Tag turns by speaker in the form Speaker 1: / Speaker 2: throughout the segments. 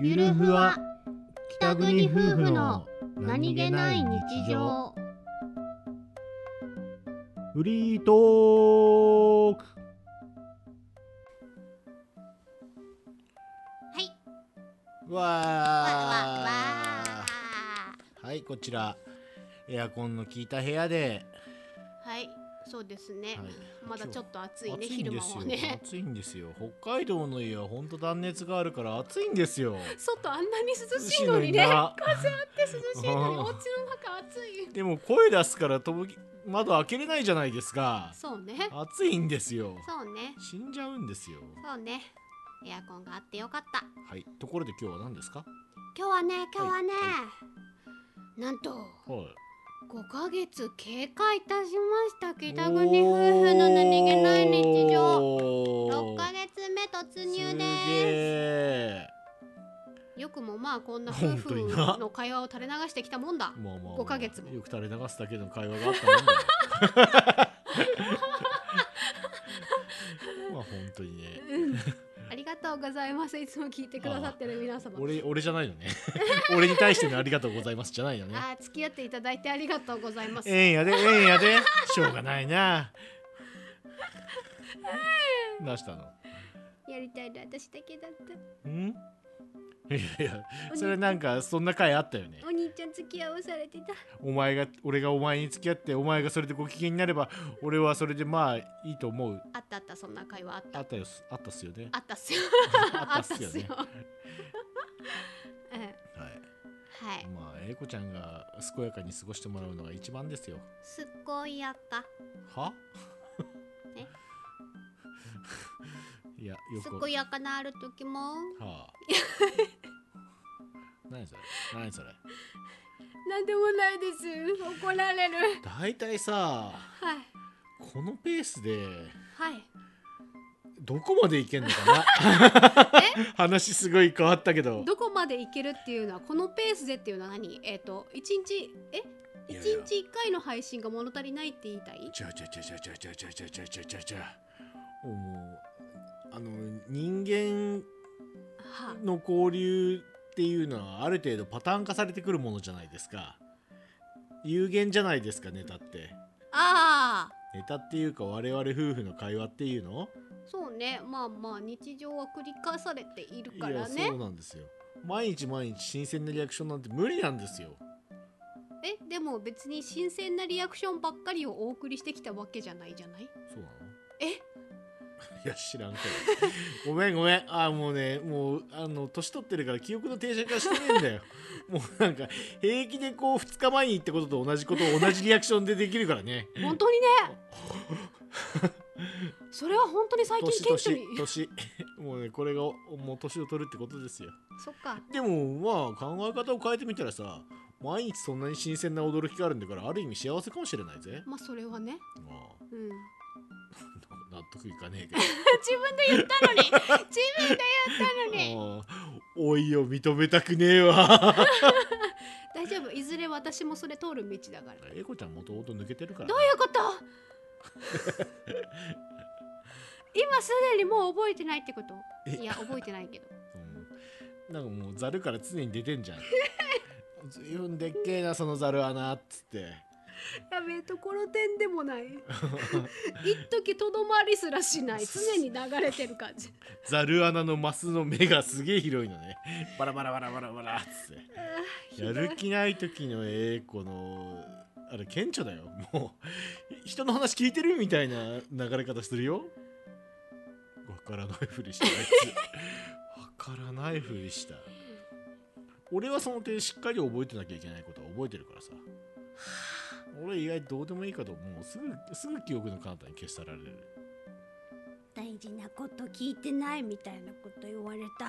Speaker 1: ゆるふわ北国夫婦のフリートーク
Speaker 2: はいわわわ
Speaker 1: わーはいこちらエアコンの効いた部屋で、
Speaker 2: はいそうですね、
Speaker 1: はい
Speaker 2: まだちょっと暑いね
Speaker 1: 暑いん
Speaker 2: 昼
Speaker 1: で
Speaker 2: 間
Speaker 1: す
Speaker 2: は
Speaker 1: よ
Speaker 2: ね
Speaker 1: 暑いんですよ北海道の家はほんと断熱があるから暑いんですよ
Speaker 2: 外あんなに涼しいのにね
Speaker 1: 涼しいのにな
Speaker 2: 風あって涼 しいのに
Speaker 1: うん
Speaker 2: お家の中暑い
Speaker 1: でも声出すから飛ぶ窓開けれないじゃないですか
Speaker 2: そうね
Speaker 1: 暑いんですよ
Speaker 2: そうね
Speaker 1: 死んじゃうんですよ
Speaker 2: そうねエアコンがあってよかった
Speaker 1: はいところで今日は何ですか
Speaker 2: 今日はね今日はね、
Speaker 1: は
Speaker 2: なんと
Speaker 1: はい
Speaker 2: 5ヶ月経過いたしました北国夫婦の何気ない日常6
Speaker 1: 六
Speaker 2: ヶ月目突
Speaker 1: す
Speaker 2: 入
Speaker 1: げ
Speaker 2: で
Speaker 1: え
Speaker 2: すよくもまあこんな夫
Speaker 1: 本当に
Speaker 2: 婦
Speaker 1: な
Speaker 2: の会話を垂れ流してきたもんだ
Speaker 1: まあまあまあ
Speaker 2: 五ヶ月も
Speaker 1: よく垂れ流すだけの会話があったもんだよまあ本当にね
Speaker 2: うんありがとうございますいつも聞いてくださってる皆様
Speaker 1: 俺俺じゃないの ね俺に対してのありがとうございますじゃないのね
Speaker 2: あー付き合っていただいてありがとうございます
Speaker 1: ええんやでええんやでしょうがないななしたの
Speaker 2: やりたいの私だけだった
Speaker 1: んいやいやそれなんかそんな回あったよね
Speaker 2: お兄ちゃん付き合わされてた
Speaker 1: お前が俺がお前に付き合ってお前がそれでご機嫌になれば俺はそれでまあいいと思う
Speaker 2: あったあったそんな会話あった
Speaker 1: あったよあったっすよね
Speaker 2: あったっすよ
Speaker 1: あったっすよね
Speaker 2: あったっすよ うん
Speaker 1: はい
Speaker 2: はい
Speaker 1: まあ英子ちゃんが健やかに過ごしてもらうのが一番ですよ
Speaker 2: すっごいやった
Speaker 1: は
Speaker 2: え
Speaker 1: いやよ
Speaker 2: すっ
Speaker 1: く
Speaker 2: ごいやかなある時も
Speaker 1: はあ何それ何それ
Speaker 2: なんでもないです怒られる
Speaker 1: 大体さ
Speaker 2: はい
Speaker 1: このペースで
Speaker 2: はい
Speaker 1: どこまでいけんのかな話すごい変わったけど
Speaker 2: どこまでいけるっていうのはこのペースでっていうのは何えっ、と一日え
Speaker 1: い
Speaker 2: 一
Speaker 1: やいや
Speaker 2: 日一回の配信が物足りないって言いたい
Speaker 1: ちゃちゃちゃちゃちゃちゃちゃちゃちゃちゃちゃちゃもうあの人間
Speaker 2: は
Speaker 1: の交流っていうのはある程度パターン化されてくるものじゃないですか有限じゃないですかネタって
Speaker 2: ああ
Speaker 1: ネタっていうか我々夫婦の会話っていうの
Speaker 2: そうねまあまあ日常は繰り返されているか
Speaker 1: い
Speaker 2: ら
Speaker 1: や
Speaker 2: ね
Speaker 1: そうなんですよ毎日毎日新鮮なリアクションなんて無理なんですよ
Speaker 2: えでも別に新鮮なリアクションばっかりをお送りしてきたわけじゃないじゃない
Speaker 1: そうなの
Speaker 2: え
Speaker 1: いや知らんけど ごめんごめんあもうねもうあの年取ってるから記憶の定着がしてねえんだよ もうなんか平気でこう2日前に行ったことと同じことを同じリアクションでできるからね
Speaker 2: 本当に ねそれは本当に最
Speaker 1: 年
Speaker 2: 近顕著
Speaker 1: 年
Speaker 2: に
Speaker 1: 年 もうねこれがもう年を取るってことですよ
Speaker 2: そっか
Speaker 1: でもまあ考え方を変えてみたらさ毎日そんなに新鮮な驚きがあるんだからある意味幸せかもしれないぜ、
Speaker 2: まあそれはね
Speaker 1: まあ
Speaker 2: うん
Speaker 1: 納得いかねえけ
Speaker 2: 自分で言ったの に自分で言ったの
Speaker 1: どあ
Speaker 2: に
Speaker 1: あ老いを認めたくねえわ
Speaker 2: 大丈夫いずれ私もそれ通る道だから
Speaker 1: 英子ちゃんもともと抜けてるから
Speaker 2: どういうこと今すでにもう覚えてないってこと
Speaker 1: え
Speaker 2: いや覚えてないけど
Speaker 1: うん、なんかもうザルから常に出てんじゃん随分でっけえなそのザル穴っつって
Speaker 2: やべえところてんでもない一時とどまりすらしない常に流れてる感じ
Speaker 1: ザル穴のマスの目がすげえ広いのねバラバラバラバラバラっつって
Speaker 2: あーひど
Speaker 1: や
Speaker 2: い
Speaker 1: る気ない時の英子のあれ顕著だよもう人の話聞いてるみたいな流れ方するよわからないふりしたあいつわからないふりした俺はその点しっかり覚えてなきゃいけないことは覚えてるからさ俺意外とどうでもいいかともうすぐすぐ記憶の彼方に消し去られる
Speaker 2: 大事なこと聞いてないみたいなこと言われた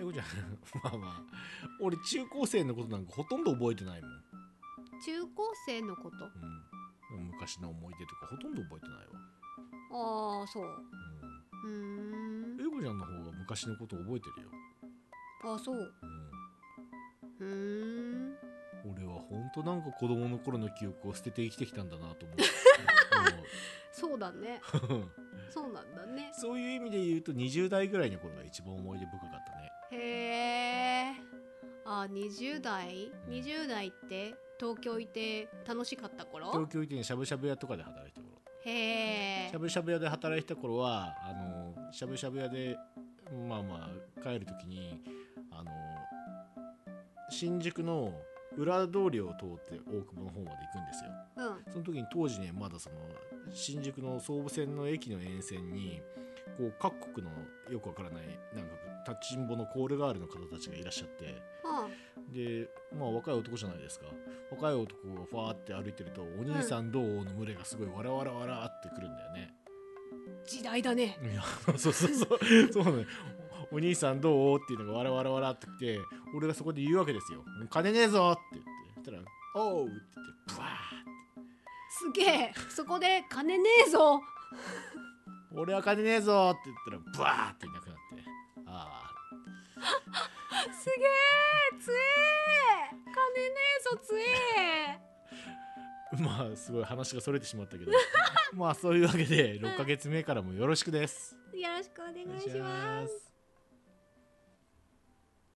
Speaker 1: 英子ちゃんまあまあ俺中高生のことなんかほとんど覚えてないもん
Speaker 2: 中高生のこと
Speaker 1: うん、昔の思い出とかほとんど覚えてないわ。
Speaker 2: ああそううーん
Speaker 1: うん、英子ちゃんの方が昔のこと覚えてるよ。
Speaker 2: あそううーん
Speaker 1: うん、俺は本当なんか子供の頃の記憶を捨てて生きてきたんだな と思
Speaker 2: そうだね
Speaker 1: う。うん
Speaker 2: そうなんだね
Speaker 1: そういう意味で言うと20代ぐらいの頃が一番思い出深かったね。
Speaker 2: へえあ20代20代って東京いて楽しかった頃
Speaker 1: 東京行ってしゃぶしゃぶ屋とかで働いてた頃
Speaker 2: へえ
Speaker 1: しゃぶしゃぶ屋で働いてた頃はあのしゃぶしゃぶ屋でまあまあ帰る時にあの新宿の裏通りを通って大久保の方まで行くんですよ
Speaker 2: うん
Speaker 1: その時に当時ねまだその新宿の総武線の駅の沿線にこう各国のよくわからないなんか立ちんぼのコールガールの方たちがいらっしゃって
Speaker 2: うん
Speaker 1: でまあ若い男じゃないですか若い男がファーって歩いてると「お兄さんどう?」の群れがすごいわらわらわらってくるんだよね。
Speaker 2: 時代だね
Speaker 1: いや そうそう そうそうなのよお兄さんどうっていうのがわらわらわらってきて俺がそこで言うわけですよ「もう金ねえぞ!」って言ってそしたら「おう!」って言ってブワー
Speaker 2: すげえそこで金ねえぞ
Speaker 1: 俺は金ねえぞって言ったらブワーっていなくなってあ
Speaker 2: すげえつえ金ねえぞつえ
Speaker 1: あまあすごい話がそれてしまったけどまあそういうわけで6ヶ月目からもよろしくです、
Speaker 2: よろしくお願い
Speaker 1: お願
Speaker 2: し
Speaker 1: いし
Speaker 2: ま
Speaker 1: ますす